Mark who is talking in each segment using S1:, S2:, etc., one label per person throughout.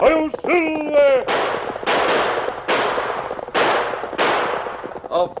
S1: Hail Silver!
S2: A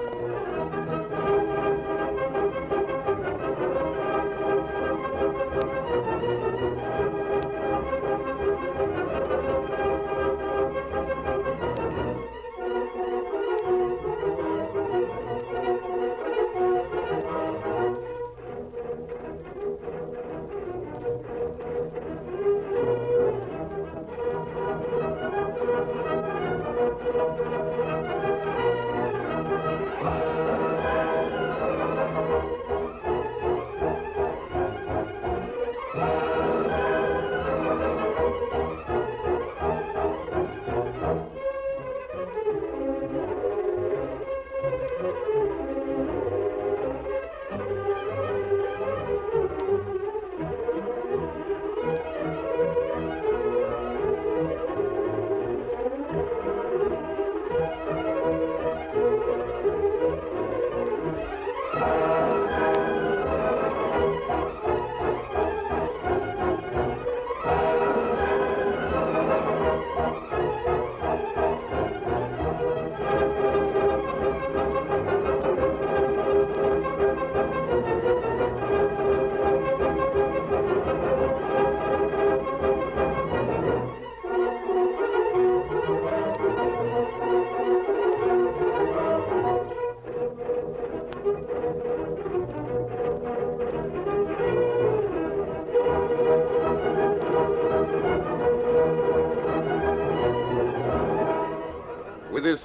S2: With his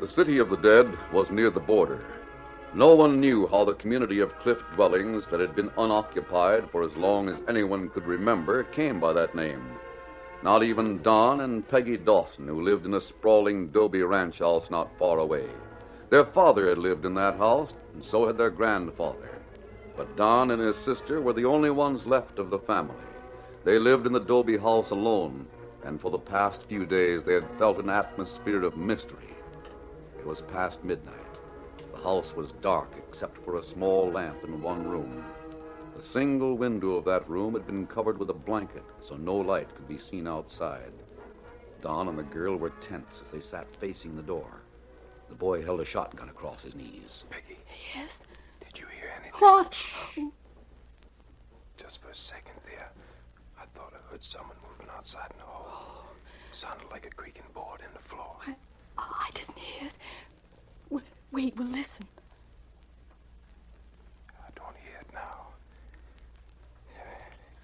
S2: The city of the dead was near the border. No one knew how the community of cliff dwellings that had been unoccupied for as long as anyone could remember came by that name. Not even Don and Peggy Dawson, who lived in a sprawling Dobie ranch house not far away. Their father had lived in that house, and so had their grandfather. But Don and his sister were the only ones left of the family. They lived in the Dobie house alone, and for the past few days they had felt an atmosphere of mystery. It was past midnight. The house was dark except for a small lamp in one room. The single window of that room had been covered with a blanket, so no light could be seen outside. Don and the girl were tense as they sat facing the door. The boy held a shotgun across his knees.
S3: Peggy.
S4: Yes?
S3: Did you hear anything?
S4: What? Oh,
S3: Just for a second there, I thought I heard someone moving outside in the hall. Sounded like a creaking board in the floor.
S4: I, I didn't hear it. W- Wait, we'll listen.
S3: I don't hear it now.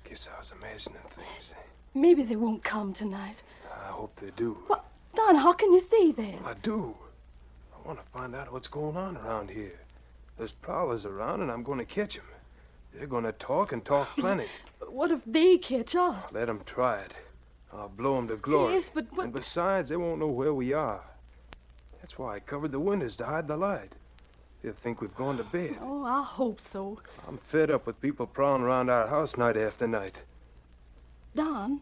S3: Guess I was imagining things.
S4: Maybe they won't come tonight.
S3: I hope they do.
S4: What? Don, how can you say that?
S3: I do. I want to find out what's going on around here. There's prowlers around, and I'm going to catch 'em. They're going to talk and talk plenty.
S4: But What if they catch us?
S3: Let 'em try it. I'll blow 'em to glory.
S4: Yes, but what-
S3: And besides, they won't know where we are. That's why I covered the windows to hide the light. They'll think we've gone to bed.
S4: Oh, I hope so.
S3: I'm fed up with people prowling around our house night after night.
S4: Don?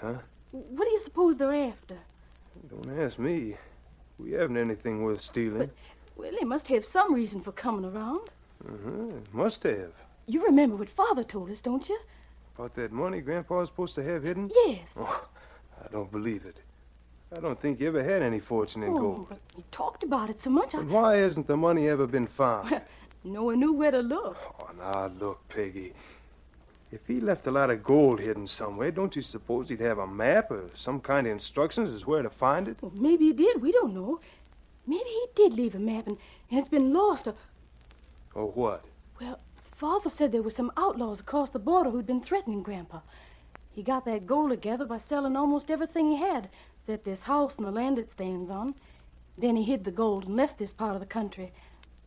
S3: Huh?
S4: What do you suppose they're after?
S3: Don't ask me. We haven't anything worth stealing.
S4: Well, they must have some reason for coming around.
S3: Uh-huh. Must have.
S4: You remember what Father told us, don't you?
S3: About that money Grandpa's supposed to have hidden?
S4: Yes.
S3: Oh, I don't believe it. I don't think you ever had any fortune in
S4: Oh,
S3: gold.
S4: but we talked about it so much. I,
S3: And why hasn't the money ever been found?
S4: no one knew where to look.
S3: Oh, now look, Peggy. If he left a lot of gold hidden somewhere, don't you suppose he'd have a map or some kind of instructions as where to find it?
S4: Well, maybe he did. We don't know. Maybe he did leave a map and, and it's been lost. Or,
S3: Or what?
S4: well, Father said there were some outlaws across the border who'd been threatening Grandpa. He got that gold together by selling almost everything he had, except this house and the land it stands on. Then he hid the gold and left this part of the country.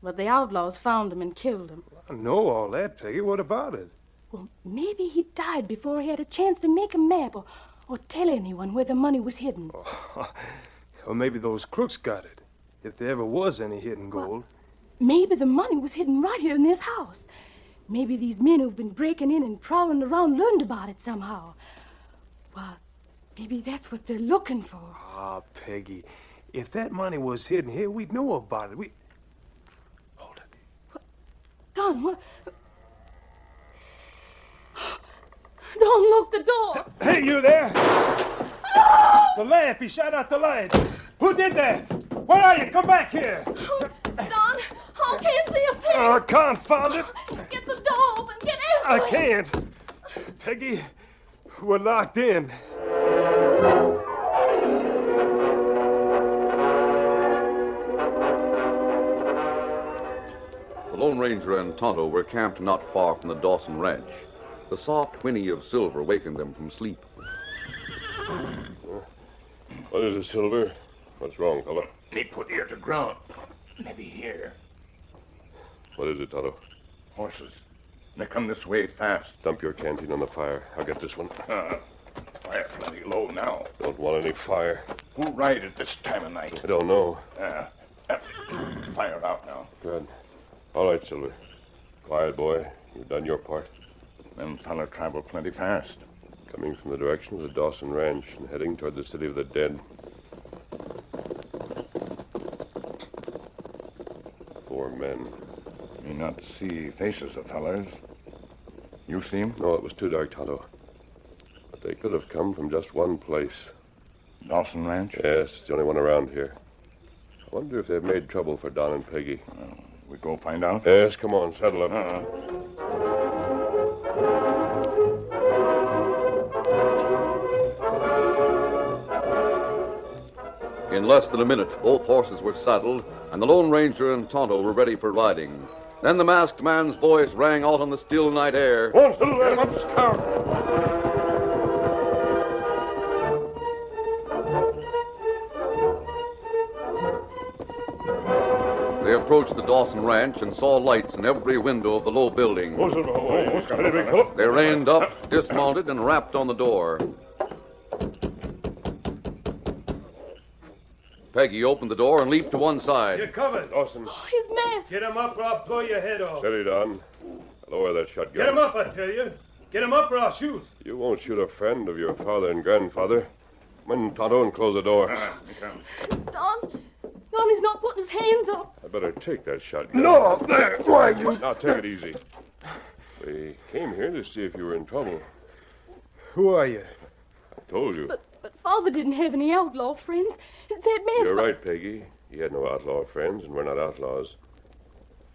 S4: But the outlaws found him and killed him.
S3: I know all that, Peggy. What about it?
S4: Well, maybe he died before he had a chance to make a map or, or tell anyone where the money was hidden.
S3: or maybe those crooks got it. If there ever was any hidden gold.
S4: Maybe the money was hidden right here in this house. Maybe these men who've been breaking in and prowling around learned about it somehow. Well, maybe that's what they're looking for.
S3: Ah, Peggy. If that money was hidden here, we'd know about it. We. Hold it.
S4: Don, what? Don, look, the door!
S3: Hey, you there! The lamp! He shot out the light! Who did that? Where are you? Come back here!
S4: Don, I can't see a thing!
S3: Oh, confound it!
S4: Get the door open! Get
S3: I can't! Peggy, we're locked in.
S2: The Lone Ranger and Tonto were camped not far from the Dawson Ranch. The soft whinny of Silver wakened them from sleep.
S1: What is it, Silver? What's wrong, fella?
S5: They put ear to ground. Maybe here.
S1: What is it, Tonto?
S5: Horses. They come this way fast.
S1: Dump your canteen on the fire. I'll get this one.
S5: Uh, fire plenty low now.
S1: Don't want any fire.
S5: Who ride at this time of night?
S1: I don't know.
S5: Uh, uh, fire out now.
S1: Good. All right, Silver. Quiet, boy. You've done your part.
S5: Them fella travel plenty fast.
S1: Coming from the direction of the Dawson Ranch and heading toward the City of the Dead. Four men.
S5: Me not see faces of fellas. You see 'em?
S1: No, it was too dark, Tonto. But they could have come from just one place.
S5: Dawson Ranch?
S1: Yes, it's the only one around here. I wonder if they've made trouble for Don and Peggy.
S5: We go find out?
S1: Yes, come on, saddle up.
S5: Uh-uh.
S3: Uh-huh.
S2: In less than a minute, both horses were saddled, and the Lone Ranger and Tonto were ready for riding. Then the masked man's voice rang out on the still night air.
S1: On, Silver!
S2: They approached the Dawson Ranch and saw lights in every window of the low building. They reined up, dismounted, and rapped on the door. Peggy opened the door and leaped to one side.
S3: covered.
S1: Dawson,
S4: Oh, His mask!
S3: Get him up or I'll blow your head off.
S1: steady, Don. Lower that shotgun.
S3: Get him up, I tell you. Get him up or I'll shoot.
S1: You won't shoot a friend of your father and grandfather. Come in, Tonto, and close the door.
S3: Uh-huh.
S4: Don! Don, he's not putting his hands up!
S1: I better take that shotgun.
S3: No, there. Why, you.
S1: Now, take it easy. We came here to see if you were in trouble.
S3: Who are you?
S1: I told you.
S4: But, but Father didn't have any outlaw friends. That mask.
S1: You're right, Peggy. He had no outlaw friends, and we're not outlaws.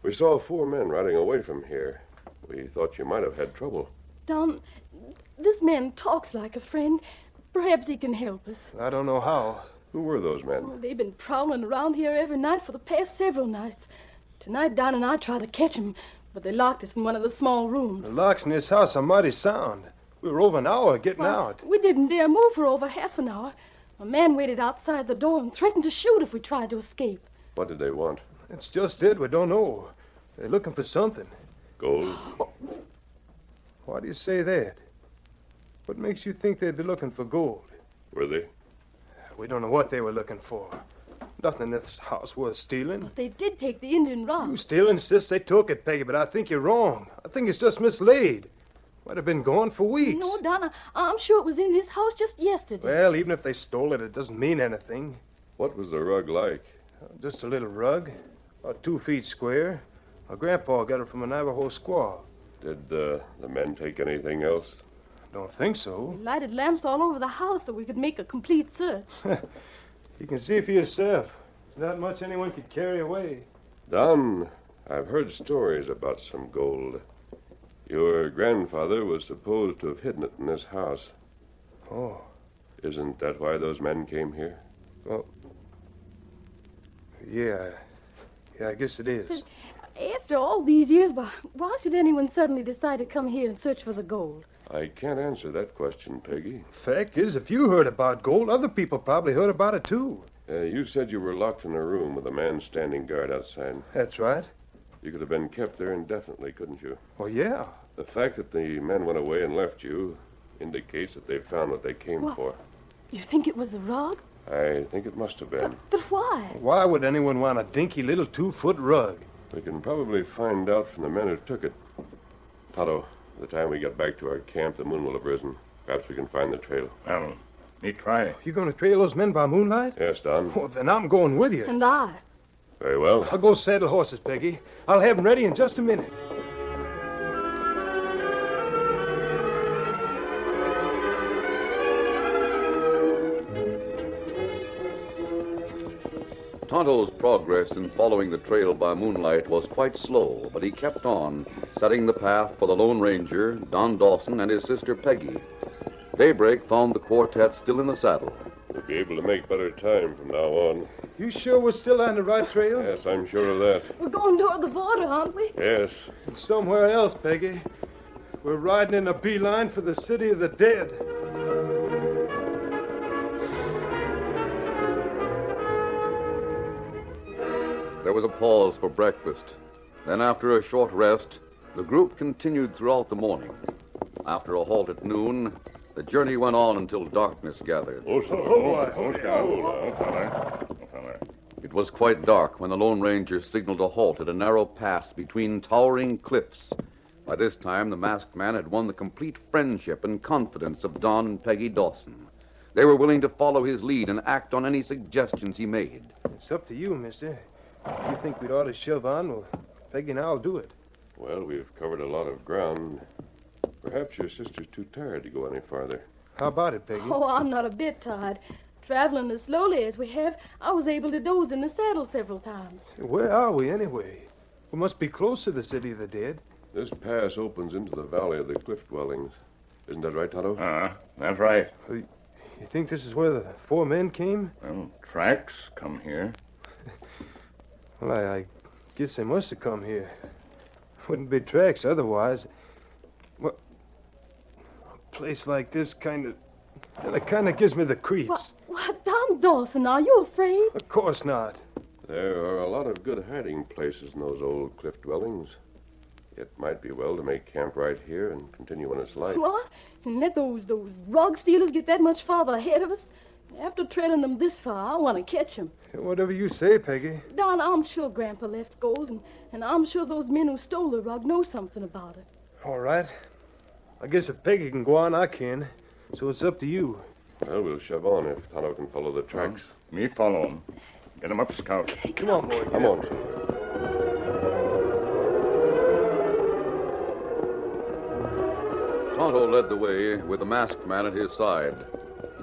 S1: We saw four men riding away from here. We thought you might have had trouble.
S4: Don, this man talks like a friend. Perhaps he can help us.
S3: I don't know how.
S1: Who were those men?
S4: They've been prowling around here every night for the past several nights. Tonight, Don and I tried to catch him, but they locked us in one of the small rooms.
S3: The locks in this house are mighty sound. We were over an hour getting out.
S4: We didn't dare move for over half an hour. A man waited outside the door and threatened to shoot if we tried to escape.
S1: What did they want?
S3: That's just it. We don't know. They're looking for something.
S1: Gold?
S3: Why do you say that? What makes you think they'd be looking for gold?
S1: Were they?
S3: We don't know what they were looking for. Nothing in this house worth stealing.
S4: They did take the Indian
S3: You
S4: rob.
S3: still insist they took it, Peggy, but I think you're wrong. I think it's just mislaid. Might have been gone for weeks.
S4: No, Don, I- I'm sure it was in his house just yesterday.
S3: well, even if they stole it, it doesn't mean anything.
S1: What was the rug like?
S3: Just a little rug, about two feet square. My grandpa got it from a Navajo squaw.
S1: Did uh, the men take anything else?
S3: Don't think so.
S4: Lighted lamps all over the house so we could make a complete search.
S3: You can see for yourself. It's not much anyone could carry away.
S1: Don, I've heard stories about some gold. Your grandfather was supposed to have hidden it in this house.
S3: Oh,
S1: Isn't that why those men came here?
S3: yeah. Yeah, I guess it is.
S4: After all these years, why, why should anyone suddenly decide to come here and search for the gold?
S1: I can't answer that question, Peggy.
S3: Fact is, if you heard about gold, other people probably heard about it too.
S1: Uh, you said you were locked in a room with a man standing guard outside.
S3: That's right.
S1: You could have been kept there indefinitely, couldn't you?
S3: Well, yeah.
S1: The fact that the men went away and left you indicates that they found what they came
S4: What?
S1: for.
S4: You think it was the rug?
S1: I think it must have been.
S4: But why?
S3: Why would anyone want a dinky little two foot rug?
S1: We can probably find out from the men who took it. Toto, by the time we get back to our camp, the moon will have risen. Perhaps we can find the trail.
S5: Well, me try.
S3: You gonna trail those men by moonlight?
S1: Yes, Don.
S3: Well, then I'm going with you.
S4: And I.
S1: Very well.
S3: I'll go saddle horses, Peggy. I'll have them ready in just a minute.
S2: Tonto's progress in following the trail by moonlight was quite slow, but he kept on, setting the path for the Lone Ranger, Don Dawson, and his sister Peggy. Daybreak found the quartet still in the saddle.
S1: We'll be able to make better time from now on.
S3: You sure we're still on the right trail?
S1: Yes, I'm sure of that.
S4: We're going toward the border, aren't we?
S1: Yes.
S3: Somewhere else, Peggy. We're riding in a beeline for the city of the dead.
S2: There was a pause for breakfast. Then, after a short rest, the group continued throughout the morning. After a halt at noon, the journey went on until darkness gathered.
S5: Oh, so. Oh, oh, oh, fella. Oh, fella.
S2: It was quite dark when the Lone Ranger signaled a halt at a narrow pass between towering cliffs. By this time, the masked man had won the complete friendship and confidence of Don and Peggy Dawson. They were willing to follow his lead and act on any suggestions he made.
S3: It's up to you, mister. If you think we'd ought to shove on, well, Peggy and I'll do it.
S1: Well, we've covered a lot of ground. Perhaps your sister's too tired to go any farther.
S3: How about it, Peggy?
S4: Oh, I'm not a bit tired. Traveling as slowly as we have, I was able to doze in the saddle several times.
S3: Where are we, anyway? We must be close to the city of the dead.
S1: This pass opens into the valley of the cliff dwellings. Isn't that right, Toto?
S5: Ah, that's right.
S3: You think this is where the four men came?
S5: Well, tracks come here.
S3: Well, I, I guess they must have come here. Wouldn't be tracks otherwise. Well, a place like this kind of. Well, it kind of gives me the creeps.
S4: What? What? Don Dawson, are you afraid?
S3: Of course not.
S1: There are a lot of good hiding places in those old cliff dwellings. It might be well to make camp right here and continue on its light.
S4: What? And let those those rug stealers get that much farther ahead of us? After trailing them this far, I want to catch 'em.
S3: Whatever you say, Peggy.
S4: Don, I'm sure Grandpa left gold, and, and I'm sure those men who stole the rug know something about it.
S3: All right. I guess if Peggy can go on, I can. So it's up to you.
S1: Well, we'll shove on if Tonto can follow the tracks.
S5: Me follow 'em. Get 'em up, Scout.
S3: Come on, boy.
S1: Come on, Silver.
S2: Tonto led the way with the masked man at his side.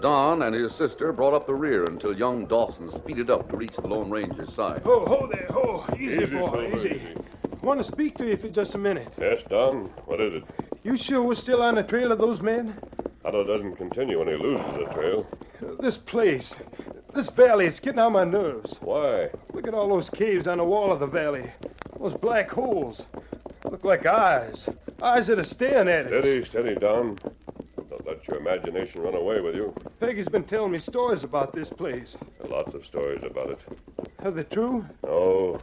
S2: Don and his sister brought up the rear until young Dawson speeded up to reach the Lone Ranger's side.
S3: Ho, ho there, ho. Easy, boy,
S1: Silver,
S3: easy. Want to speak to you for just a minute.
S1: Yes, Don. What is it?
S3: You sure we're still on the trail of those men?
S1: Tonto doesn't continue when he loses the trail.
S3: This place, this valley, it's getting on my nerves.
S1: Why?
S3: Look at all those caves on the wall of the valley. Those black holes. Look like eyes. Eyes that are staring at us.
S1: Steady, steady, Don. Don't let your imagination run away with you.
S3: Peggy's been telling me stories about this place.
S1: There are lots of stories about it.
S3: Are they true?
S1: No,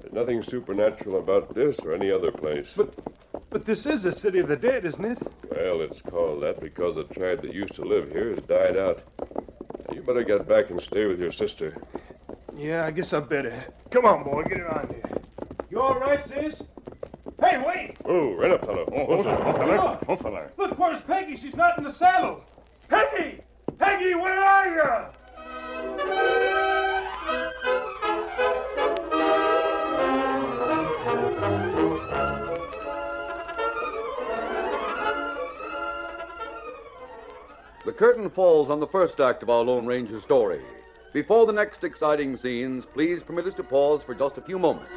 S1: there's nothing supernatural about this or any other place.
S3: But but this is the city of the dead, isn't it?
S1: Well, it's called that because the tribe that used to live here has died out. You better get back and stay with your sister.
S3: Yeah, I guess I better. Come on, boy, get her on here. You all right, sis? Hey, wait!
S1: Oh, right up, Tonto.
S5: Oh, oh, oh, fella. Oh, fella.
S3: Look, where's Peggy? She's not in the saddle. Peggy! Peggy, where are
S2: The curtain falls on the first act of our Lone Ranger story. Before the next exciting scenes, please permit us to pause for just a few moments.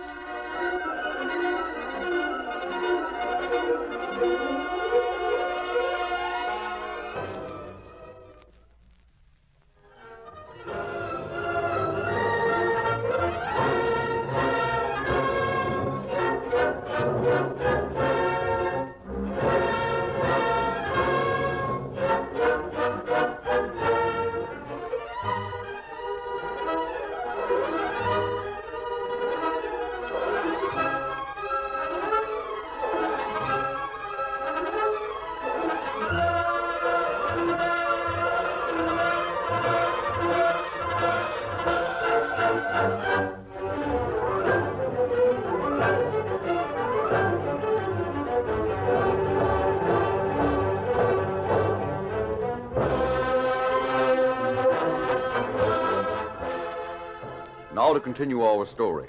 S2: Now to continue our story.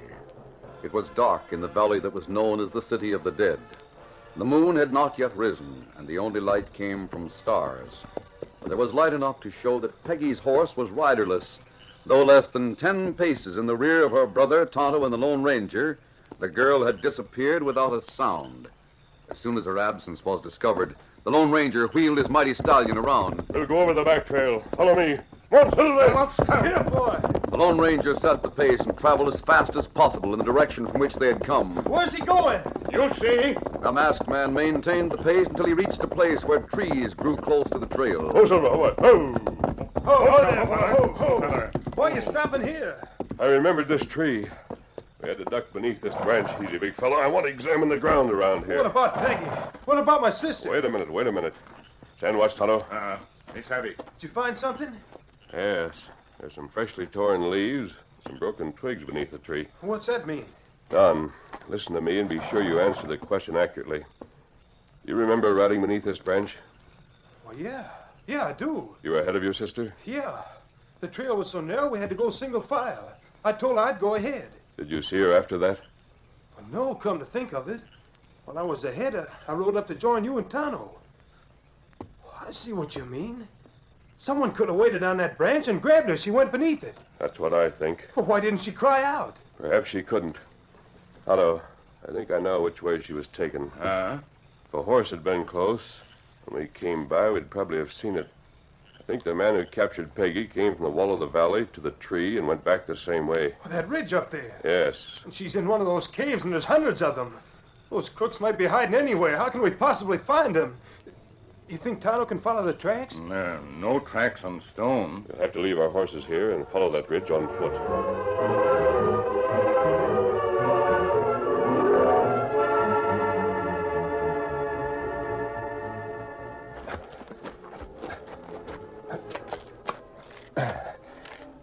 S2: It was dark in the valley that was known as the City of the Dead. The moon had not yet risen, and the only light came from stars. But there was light enough to show that Peggy's horse was riderless. Though less than ten paces in the rear of her brother, Tonto, and the Lone Ranger, the girl had disappeared without a sound. As soon as her absence was discovered, the Lone Ranger wheeled his mighty stallion around.
S1: We'll go over the back trail. Follow me. Come on, Silver.
S3: Here, boy.
S2: The Lone Ranger set the pace and traveled as fast as possible in the direction from which they had come.
S3: Where's he going?
S1: You see?
S2: The masked man maintained the pace until he reached a place where trees grew close to the trail.
S1: Oh, Silver, what? Oh!
S3: Ho, ho there, boy.
S1: Ho,
S3: Ho, ho.
S1: ho, ho.
S3: Why are you stopping here?
S1: I remembered this tree. We had to duck beneath this branch, easy big fellow. I want to examine the ground around
S3: What
S1: here.
S3: about Peggy? What about my sister?
S1: Wait a minute, wait a minute. Stand watch, Tonto.
S6: Uh, he's heavy.
S3: Did you find something?
S1: Yes. There's some freshly torn leaves, some broken twigs beneath the tree.
S3: What's that mean?
S1: Don, listen to me and be sure you answer the question accurately. You remember riding beneath this branch?
S3: Well, yeah. Yeah, I do.
S1: You were ahead of your sister?
S3: Yeah. The trail was so narrow we had to go single file. I told her I'd go ahead.
S1: Did you see her after that?
S3: Well, no, come to think of it. When I was ahead, I, I rode up to join you and Tano. Well, I see what you mean. Someone could have waited on that branch and grabbed her. She went beneath it.
S1: That's what I think.
S3: Well, why didn't she cry out?
S1: Perhaps she couldn't. Otto, I think I know which way she was taken.
S6: Uh,
S1: If a horse had been close, when we came by, we'd probably have seen it. I think the man who captured Peggy came from the wall of the valley to the tree and went back the same way.
S3: Well, that ridge up there.
S1: Yes.
S3: And she's in one of those caves, and there's hundreds of them. Those crooks might be hiding anywhere. How can we possibly find them? You think Tano can follow the tracks?
S6: no, no tracks on stone.
S1: We'll have to leave our horses here and follow that ridge on foot.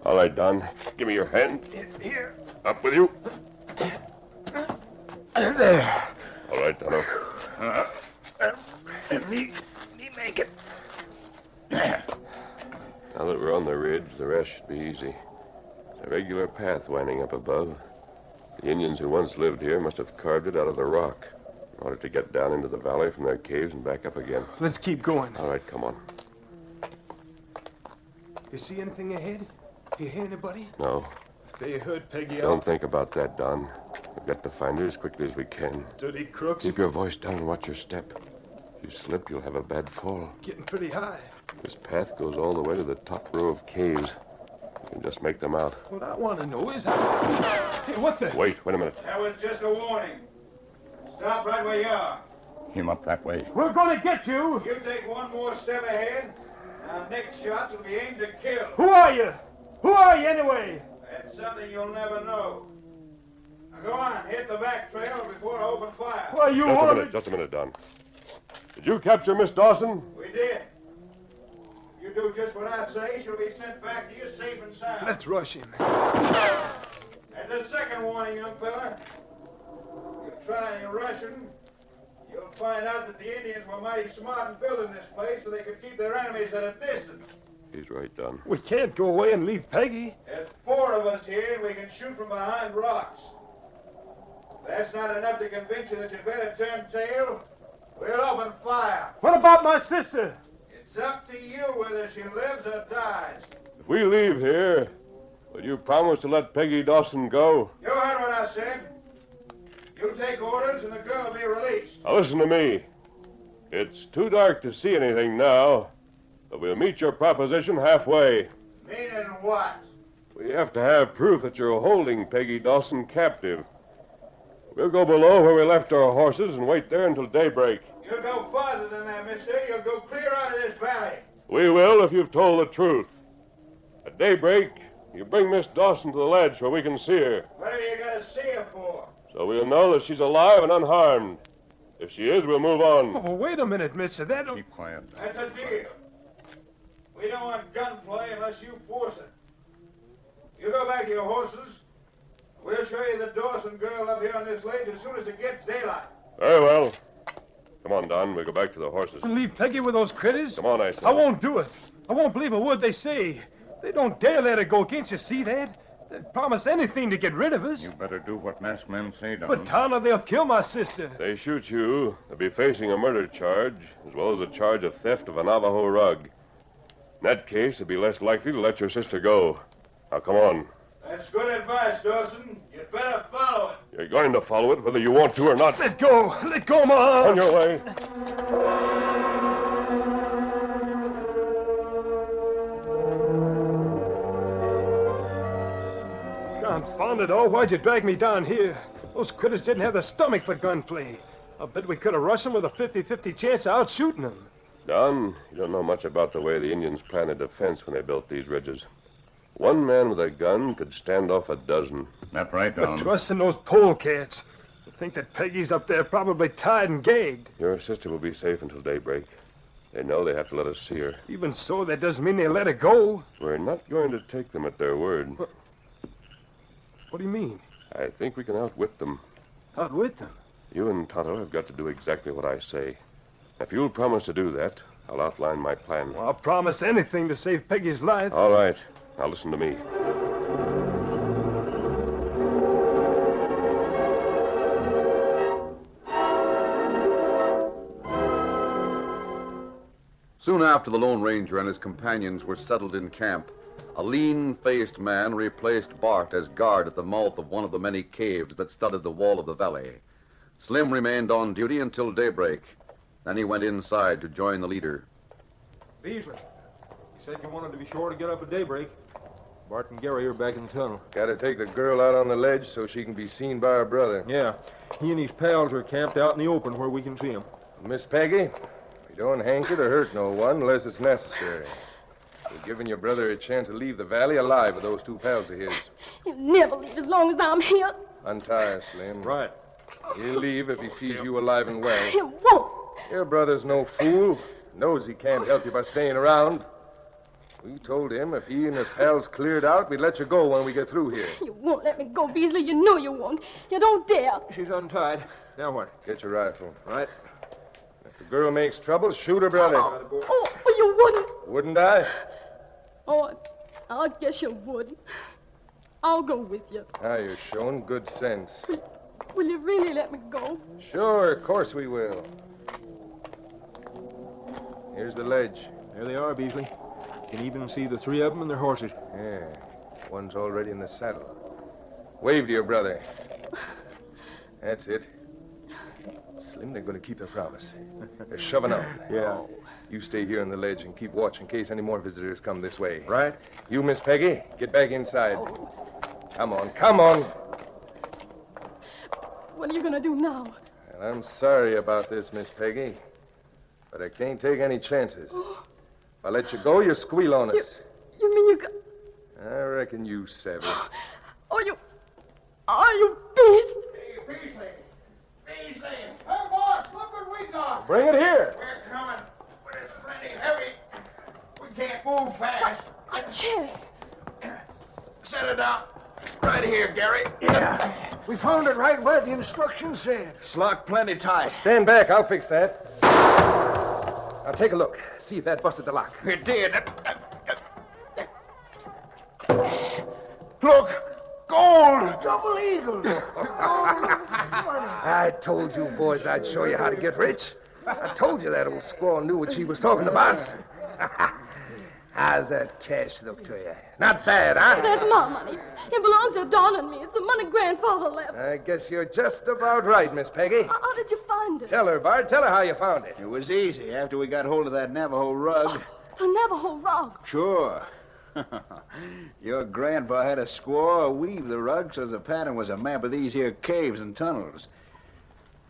S1: All right, Don. Give me your hand.
S3: Here.
S1: Up with you.
S3: There.
S1: All right, Tonto.
S6: Me, me make it.
S1: Now that we're on the ridge, the rest should be easy. A regular path winding up above. The Indians who once lived here must have carved it out of the rock in order to get down into the valley from their caves and back up again.
S3: Let's keep going.
S1: All right, come on.
S3: You see anything ahead? You hear anybody?
S1: No,
S3: They heard Peggy
S1: don't think about that, Don. We've got to find her as quickly as we can.
S3: Dirty crooks.
S1: Keep your voice down and watch your step. If you slip, you'll have a bad fall.
S3: Getting pretty high.
S1: This path goes all the way to the top row of caves. You can just make them out.
S3: What I want to know is how... Hey, what the?
S1: Wait, wait a minute.
S6: That was just a warning. Stop right where you are.
S5: Him up that way.
S3: We're going to get you.
S6: You take one more step ahead, our next shots will be aimed to kill.
S3: Who are you? Who are you anyway?
S6: That's something you'll never know. Now go on, hit the back trail before I open fire.
S3: Why you
S1: Just a
S3: ordered?
S1: minute, just a minute, Don. Did you capture Miss Dawson?
S6: We did. You do just what I say, she'll be sent back to you safe and sound.
S3: Let's rush him.
S6: That's the second warning, young fella. You try any rushing, you'll find out that the Indians were mighty smart in building this place so they could keep their enemies at a distance.
S1: He's right, Don.
S3: We can't go away and leave Peggy.
S6: There's four of us here, and we can shoot from behind rocks. If that's not enough to convince you that you'd better turn tail. We'll open fire.
S3: What about my sister?
S6: It's up to you whether she lives or dies.
S1: If we leave here, But you promised to let Peggy Dawson go.
S6: You heard what I said. You take orders and the girl will be released.
S1: Now listen to me. It's too dark to see anything now, but we'll meet your proposition halfway.
S6: Meaning what?
S1: We have to have proof that you're holding Peggy Dawson captive. We'll go below where we left our horses and wait there until daybreak.
S6: You'll go farther than that, mister. You'll go clear out of this valley.
S1: We will if you've told the truth. At daybreak, you bring Miss Dawson to the ledge where we can see her,
S6: What are you going to see her for?
S1: so we'll know that she's alive and unharmed. If she is, we'll move
S3: Oh,
S1: on.
S3: well, wait a minute, mister. That don't...
S5: Keep quiet.
S6: That's a deal. We don't want gunplay unless you force it. You go back to your horses. We'll show you the Dawson girl up here on this ledge as soon as it gets daylight.
S1: Very well. Come on, Don. We'll go back to the horses.
S3: Leave Peggy with those critters?
S1: Come on, I said.
S3: I won't do it. I won't believe a word they say. They don't dare let her go against you, see that? They promise anything to get rid of us.
S5: You better do what masked men say, Don.
S3: But, Tom, or they'll kill my sister.
S1: They shoot you, they'll be facing a murder charge, as well as a charge of theft of a Navajo rug. In that case, it'd be less likely to let your sister go. Now, come on.
S6: That's good advice, Dawson. You'd better follow it.
S1: You're going to follow it whether you want to or not.
S3: Let go. Let go, of my
S1: On
S3: arm.
S1: your way.
S3: Confound it all. Why'd you drag me down here? Those critters didn't have the stomach for gunplay. I bet we could have rushed them with a 50-50 chance of outshooting them.
S1: Don, you don't know much about the way the Indians planned a defense when they built these ridges. One man with a gun could stand off a dozen.
S5: That right,
S3: But
S5: Don.
S3: trusting those polecats. I think that Peggy's up there probably tied and gagged.
S1: Your sister will be safe until daybreak. They know they have to let us see her.
S3: Even so, that doesn't mean they let her go.
S1: We're not going to take them at their word.
S3: What do you mean?
S1: I think we can outwit them.
S3: Out with them.
S1: You and Tonto have got to do exactly what I say. If you'll promise to do that, I'll outline my plan.
S3: I'll promise anything to save Peggy's life.
S1: All right. Now listen to me.
S2: Soon after the Lone Ranger and his companions were settled in camp, a lean faced man replaced Bart as guard at the mouth of one of the many caves that studded the wall of the valley. Slim remained on duty until daybreak. Then he went inside to join the leader.
S7: Beasley, you said you wanted to be sure to get up at daybreak. Bart and Gary are back in the tunnel.
S8: Gotta take the girl out on the ledge so she can be seen by her brother.
S7: Yeah, he and his pals are camped out in the open where we can see them.
S8: Miss Peggy, we don't hanker to hurt no one unless it's necessary. You're giving your brother a chance to leave the valley alive with those two pals of his.
S4: He'll never leave as long as I'm here.
S8: Untie her, Slim.
S7: Right.
S8: He'll leave if he sees you alive and well.
S4: He won't.
S8: Your brother's no fool. Knows he can't help you by staying around. We told him if he and his pals cleared out, we'd let you go when we get through here.
S4: You won't let me go, Beasley. You know you won't. You don't dare.
S7: She's untied. Now what?
S8: Get your rifle.
S7: Right.
S8: If the girl makes trouble, shoot her brother.
S4: Oh, well, you wouldn't.
S8: Wouldn't I?
S4: Oh, I guess you would. I'll go with you.
S8: Now you're showing Ah, good sense.
S4: Will you really let me go?
S8: Sure, of course we will. Here's the ledge.
S7: There they are, Beasley. You can even see the three of them and their horses.
S8: Yeah, one's already in the saddle. Wave to your brother. That's it. Slim, they're going to keep their promise. They're shoving on.
S7: Yeah.
S8: You stay here on the ledge and keep watch in case any more visitors come this way.
S7: Right?
S8: You, Miss Peggy, get back inside. Come on, come on.
S4: What are you going to do now?
S8: And I'm sorry about this, Miss Peggy, but I can't take any chances. If I let you go, you squeal on us.
S4: You mean you go...
S8: I reckon you savage.
S4: Oh, you... Are you beast?
S6: Hey, Beasley. Beasley. Hey, boss, look what we got.
S8: Bring it here.
S6: We're coming, but it's plenty heavy. We can't move fast.
S4: A chest.
S6: Set it up. Right here, Gary.
S3: We found it right where the instructions said.
S6: It's locked plenty tight.
S8: Stand back. I'll fix that. Now take a look. See if that busted the lock.
S6: It did. Look, gold. Double eagle.
S8: I told you boys I'd show you how to get rich. I told you that old squaw knew what she was talking about.
S9: How's that cash look to you? Not bad, huh?
S4: That's my money. It belongs to Don and me. It's the money Grandfather left.
S9: I guess you're just about right, Miss Peggy.
S4: How- How did you find it?
S9: Tell her, Bart. Tell her how you found it.
S10: It was easy after we got hold of that Navajo rug.
S4: The Navajo rug.
S10: Sure. Your grandpa had a squaw weave the rug so the pattern was a map of these here caves and tunnels.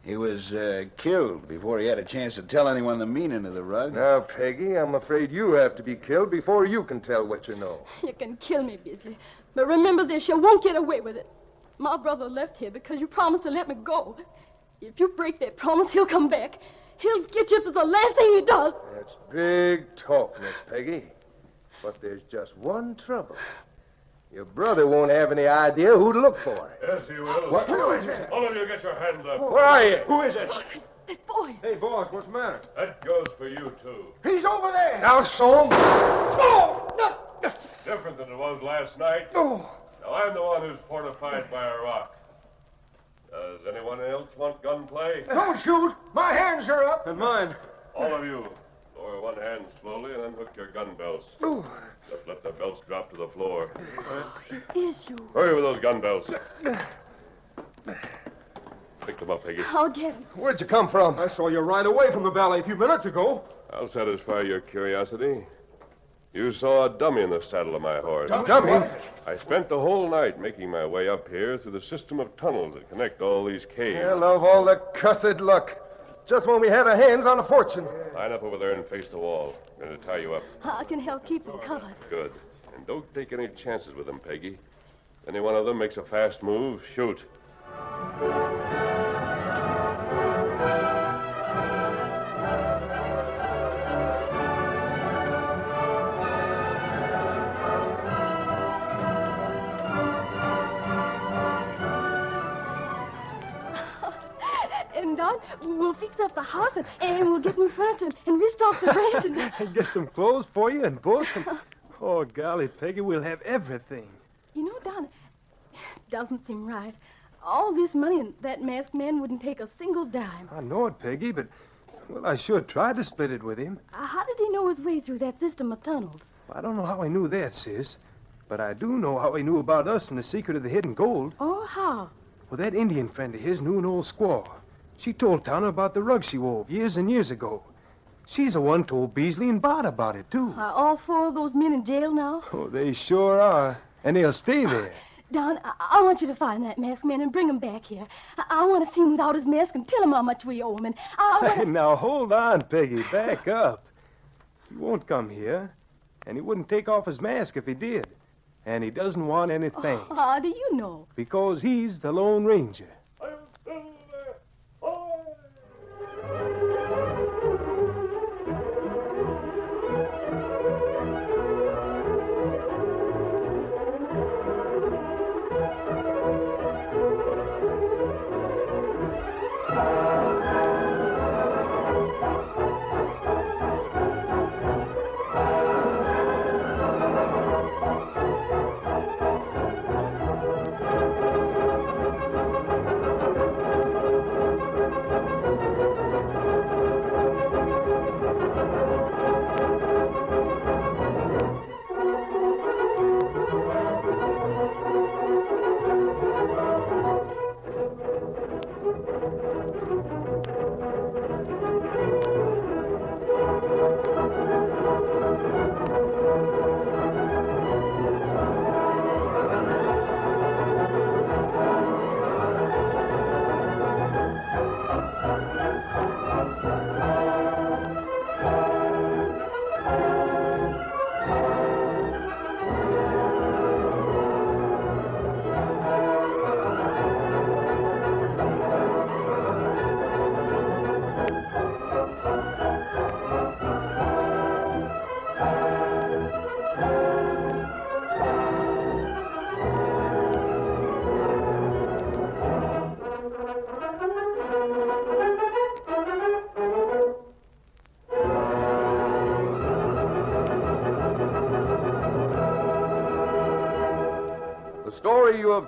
S10: He was uh, killed before he had a chance to tell anyone the meaning of the rug.
S11: Now, Peggy, I'm afraid you have to be killed before you can tell what you know.
S4: You can kill me, Beasley. But remember this, you won't get away with it. My brother left here because you promised to let me go. If you break that promise, he'll come back. He'll get you for the last thing he does.
S11: That's big talk, Miss Peggy. But there's just one trouble. Your brother won't have any idea who to look for.
S1: Yes, he will.
S11: What? Who
S1: is it? All of you get your hands up.
S11: Where are you? Who
S1: is it?
S4: That boy.
S1: Hey, boss, what's the matter? That goes for you, too.
S11: He's over there. Now, show him.
S1: Different than it was last night.
S11: Oh.
S1: Now, I'm the one who's fortified by a rock. Does anyone else want gunplay?
S11: Don't shoot. My hands are up.
S1: And mine. All of you, lower one hand slowly and unhook your gun belts.
S11: Ooh.
S1: Just let the belts drop to the floor.
S4: Is you.
S1: Hurry with those gun belts. Pick them up, Peggy.
S4: I'll get him.
S12: Where'd you come from? I saw you ride away from the valley a few minutes ago.
S1: I'll satisfy your curiosity. You saw a dummy in the saddle of my horse.
S12: A dummy?
S1: I spent the whole night making my way up here through the system of tunnels that connect all these caves.
S11: Hell of all the cussed luck. Just when we had our hands on a fortune.
S1: Line up over there and face the wall. I'm going to tie you up.
S4: I can help keep him covered.
S1: Good. And don't take any chances with them, Peggy. If any one of them makes a fast move, shoot.
S4: And Don, we'll fix up the house and, and we'll get new furniture and, and restock the ranch. And,
S3: And get some clothes for you and boots and. Oh, golly, Peggy, we'll have everything.
S4: you know, Don, it doesn't seem right. All this money and that masked man wouldn't take a single dime.
S3: I know it, Peggy, but. Well, I sure tried to split it with him.
S4: Uh, how did he know his way through that system of tunnels?
S3: I don't know how he knew that, sis. But I do know how he knew about us and the secret of the hidden gold.
S4: Oh, how?
S3: Well, that Indian friend of his knew an old squaw. She told Tana about the rug she wove years and years ago. She's the one told Beasley and Bart about it, too.
S4: Are Uh, all four of those men in jail now?
S3: Oh, they sure are. And they'll stay there.
S4: Don, I, I want you to find that masked man and bring him back here. I, I want to see him without his mask and tell him how much we owe him. And I, I want
S3: Hey, now, hold on, Peggy. Back up. He won't come here. And he wouldn't take off his mask if he did. And he doesn't want anything.
S4: Oh, how do you know?
S3: Because he's the Lone Ranger.
S2: The story you have